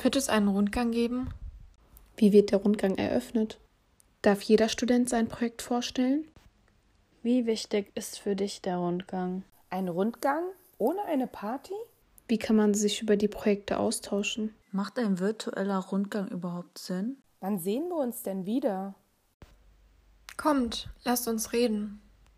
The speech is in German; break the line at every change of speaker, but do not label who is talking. Wird es einen Rundgang geben?
Wie wird der Rundgang eröffnet? Darf jeder Student sein Projekt vorstellen?
Wie wichtig ist für dich der Rundgang?
Ein Rundgang ohne eine Party?
Wie kann man sich über die Projekte austauschen?
Macht ein virtueller Rundgang überhaupt Sinn?
Wann sehen wir uns denn wieder?
Kommt, lasst uns reden.